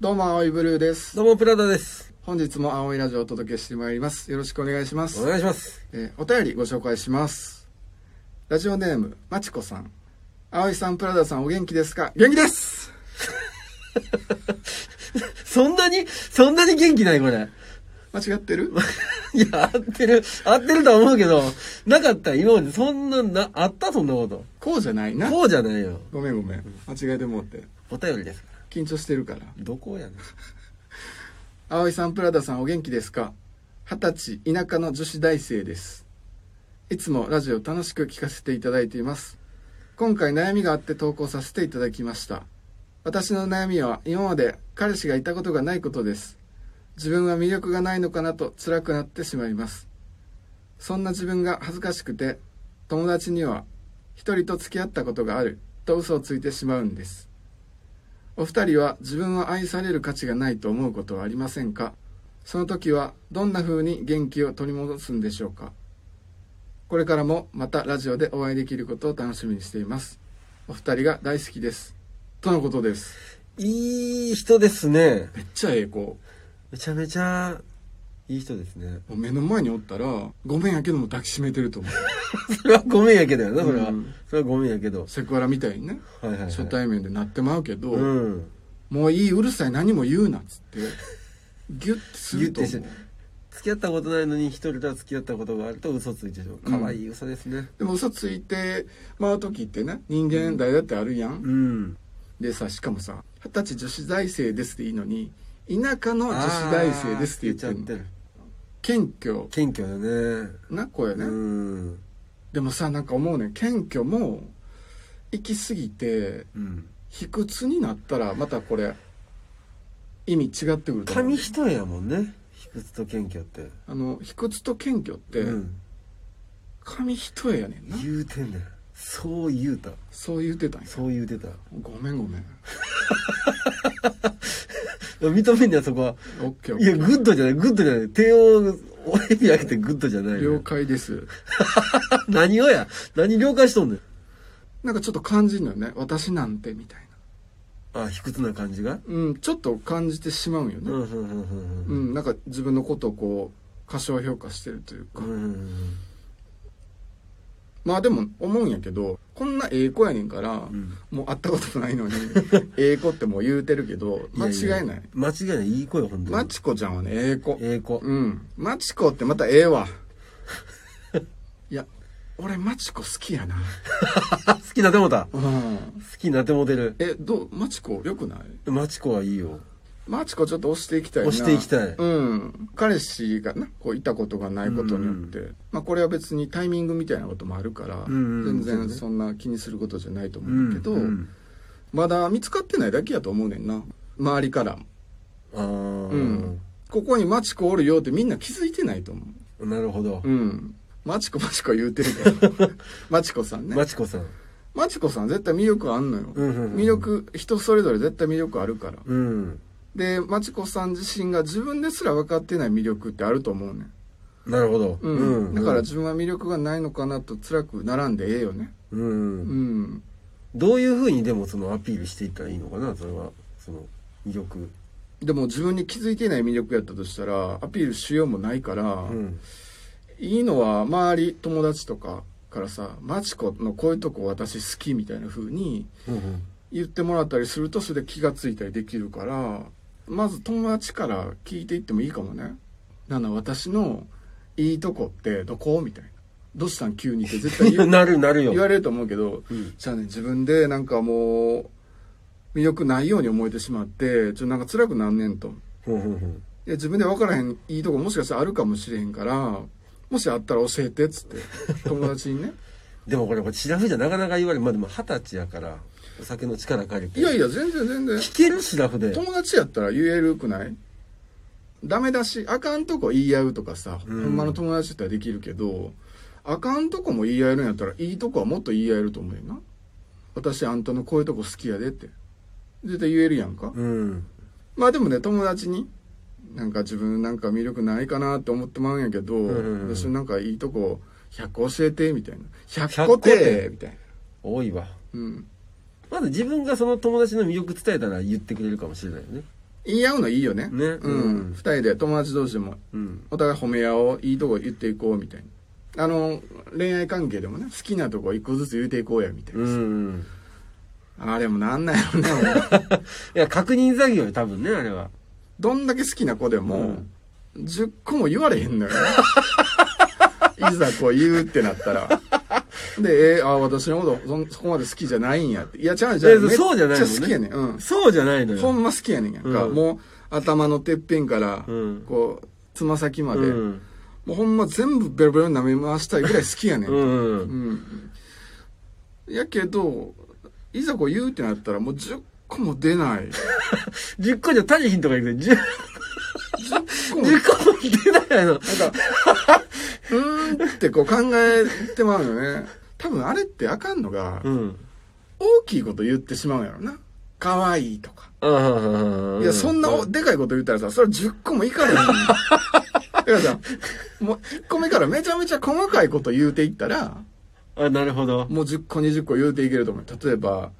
どうも、青いブルーです。どうも、プラダです。本日も青いラジオをお届けしてまいります。よろしくお願いしまおす。願いします。えーお便りご紹介します。ラジオネーム、まちこさん。青いさん、プラダさん、お元気ですか元気ですそんなに、そんなに元気ないこれ。間違って るいや、合ってる、合ってるとは思うけど、なかった、今まで。そんな、な、あったそんなこと。こうじゃないな。こうじゃないよ。ごめんごめん。間違えてもうって。お便りですから。緊張してるから。どこやねん。葵さん、プラダさん、お元気ですか二十歳、田舎の女子大生です。いつもラジオ楽しく聞かせていただいています。今回悩みがあって投稿させていただきました。私の悩みは今まで彼氏がいたことがないことです。自分は魅力がないのかなと辛くなってしまいます。そんな自分が恥ずかしくて、友達には一人と付き合ったことがあると嘘をついてしまうんです。お二人は自分は愛される価値がないと思うことはありませんかその時はどんな風に元気を取り戻すんでしょうかこれからもまたラジオでお会いできることを楽しみにしています。お二人が大好きです。とのことです。いい人ですね。めっちゃええ子。もめちゃめちゃ、いい人ですね。 う目の前におったら、ごめんやけども抱きしめてると思う。それはごめんやけどやな、それはうん。それはごめんやけど。セクハラみたいにね、はいはい、はい。初対面でなってまうけど、うん。もういいうるさい何も言うなっつって、ギュッてすると思ギュうッて。付き合ったことないのに一人とは付き合ったことがあると嘘ついてしまう。うん可愛い嘘ですね。でも嘘ついて回う時ってね人間誰だってあるやん、うん。でさしかもさ「二十歳女子大生です」っていいのに「田舎の女子大生です」って言ってんのる謙虚謙虚だねな声ね、うんでもさなんか思うね謙虚も行き過ぎてうん卑屈になったらまたこれ意味違ってくると思う紙一重やもんね卑屈と謙虚って、あの卑屈と謙虚ってうん、紙一重やねんな、言うてんねんそう言うたそう言ってたんやそう言うてたごめんごめん認めんねやそこはオッケーオッいケやグッドじゃないグッドじゃない手を親指上げてグッドじゃないーよ了解です何をや何了解しとんねんなんかちょっと感じるのよね私なんてみたいなあ卑屈な感じがうん、ちょっと感じてしまうんようんね、うんうんううんんなんか自分のことをこう過小評価してるというか、うんうんまあでも思うんやけどこんなええ子やねんから、んもう会ったこともないの にええ子ってもう言うてるけど間違いない間違いないいい子よ本当にまちこちゃんはねええ子ええ子 うんまちこってまたええわいや俺まちこ好きやなあ好きなってもうたうん好きになってもうてるえどうまちこよくないマチコはいいよマチコちょっと押していきたいな押していきたいうん彼氏がなこういたことがないことによって、まあ、これは別にタイミングみたいなこともあるから、んう全ん然そんな気にすることじゃないと思うんだけど、うんまだ見つかってないだけやと思うねんな周りからもああ、うんここにマチコおるよってみんな気づいてないと思なるほどう。うんマチコマチコ言うてるから マチコさんねマチコさん。マチコさん絶対魅力あんのよ、うんうんうん魅力人それぞれ絶対魅力あるからうん。でマチコさん自身が自分ですら分かってない魅力ってあると思うねんなるほど。うん、だから自分は魅力がないのかなと辛く並んでええよねう。うんんどういうふうにでもそのアピールしていったらいいのかな、それは。その魅力。でも自分に気づいてない魅力やったとしたらアピールしようもないから、うん。いいのは周り友達とかからさ「マチコのこういうとこ私好き」みたいな風にうんうん。言ってもらったりするとそれで気がついたりできるからまず友達から聞いていってもいいかもね「なな私のいいとこってどこ?」みたいな「どうしたん急に」って絶対言う なるなるよ。言われると思うけど、うんじゃあね自分でなんかもう魅力ないように思えてしまってちょっとなんか辛くなんねんとうんうんうん。で自分で分からへんいいとこもしかしたらあるかもしれへんからもしあったら教えてっつって友達 にねでもこれ、これ、シラフじゃなかなか言われる。まあでも二十歳やから、お酒の力借りて。いやいや全然全然聞けるシラフで。友達やったら言えるくないダメだしあかんとこ言い合うとかさ、うんほんまの友達だったらできるけどあかんとこも言い合えるんやったらいいとこはもっと言い合えると思うよな私あんたのこういうとこ好きやでって絶対言えるやんか、うん。まあでもね友達になんか自分なんか魅力ないかなって思ってまうんやけど、んうんうん私なんかいいとこ100個教えてみたいな100 100個個っっててみたいな多いわ。うんまず自分がその友達の魅力伝えたら言ってくれるかもしれないよね。言い合うのいいよねうねん、うん二人で友達同士でもうん。お互い褒め合おういいとこ言っていこうみたいなあの恋愛関係でもね好きなとこ一個ずつ言うていこうやみたいな、うん。あれもなんなんやろねいや、確認作業よ、多分ね、あれは。どんだけ好きな子でうも、ん十10個も言われへんのよね いざこう言うってなったらで、えー、あ私のことそんそこまで好きじゃないんやっていや違う違いやうめっちゃそうじゃないもんね好きやねん、うん、そうじゃないのほよ。んま好きやねんやんか、うんもう頭のてっぺんから、うんこうつま先まで、うん。もうほんま全部ベロベロに舐め回したいぐらい好きやねん、う。うんんやけどいざこう言うってなったらもう10個も出ない10個じゃ足りひんとか言うけど、10 10個も10個も出ないの。なんか、うーんってこう考えてまうよね。多分あれってあかんのが、うん。大きいこと言ってしまうんやろな。可愛いとか。ああ。いや、そんなうおでかいこと言ったらさ、それ10個もいかない。だからさ、もう1個目からめちゃめちゃ細かいこと言うていったら、あ、なるほど。もう10個20個言うていけると思う。例えば、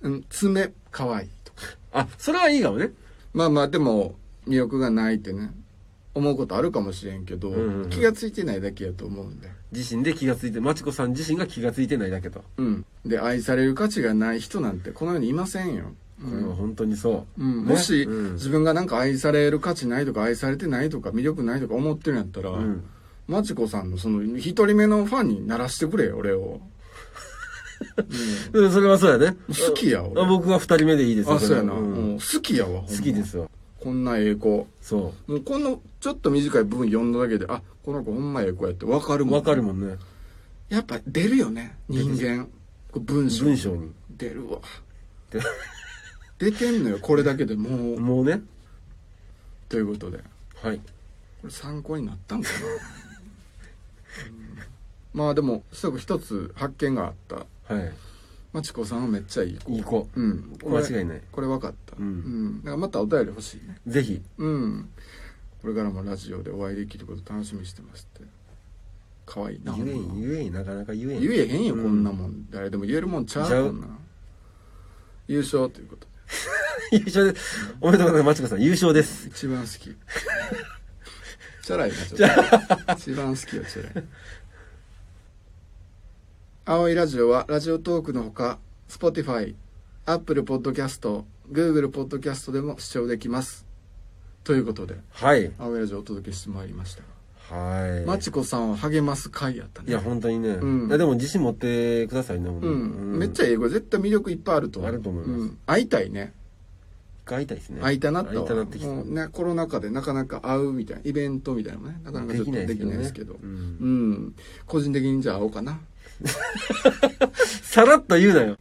うん、爪可愛いとか。あ、それはいいかもね。まあまあ、でも、魅力がないってね、思うことあるかもしれんけど、うんうん気がついてないだけやと思うんだよ。自身で気がついて、まちこさん自身が気がついてないだけと。こうん、で愛される価値がない人なんてこの世にいませんよ、うれはん本当にそうう。んねもし、うん自分がなんか愛される価値ないとか愛されてないとか魅力ないとか思ってるんやったら、うんマチコさんのその一人目のファンにならしてくれよ俺を、うん、それはそうやね。うん好きや俺あ僕は二人目でいいですよあそうやな、んうん好きやわほんま好きですよ。こんなええ子そもうこのちょっと短い部分読んだだけであこの子ほんまええ子やって分かるう。もんわかるもんね。やっぱ出るよね人間こう文章文章に。 出るわで出てんのよこれだけでもうもうね。ということでこはい。れ参考になったんかな、うんまあでもすごく一つ発見があったはい。まちこさんはめっちゃいい子いい子うんこれ間違いないこれ分かったうんだからまたお便り欲しいねぜひ。うんこれからもラジオでお会いできること楽しみにしてますって可愛いな言えん、言えん、なかなか言えん。言えへんよこんなう。もん誰でも言えるもんちゃちゃううこんな優勝ということで 優勝です。おめでとうございます。まちこさん、優勝です。一番好き チャラいなちょっと一番好きはチャラい青いラジオはラジオトークのほか Spotify、Apple Podcast、Google Podcast でも視聴できますということではい。青いラジオをお届けしてまいりましたはい。まちこさんを励ます回やったねいや、本当にね。うんいやでも自信持ってくださいね、ほんうとんに、めっちゃ英語絶対魅力いっぱいあると思うあると思いますん会いたいね会いたいですね。会いたなった会いわたなってきた。もうねコロナ禍でなかなか会うみたいなイベントみたいなのもねなかなかちょっとできないですけどできうないですけどねん個人的にじゃあ会おうかなさらっと言うなよ。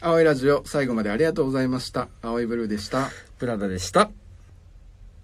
青いラジオ最後までありがとうございました青いブルーでしたプラダでした。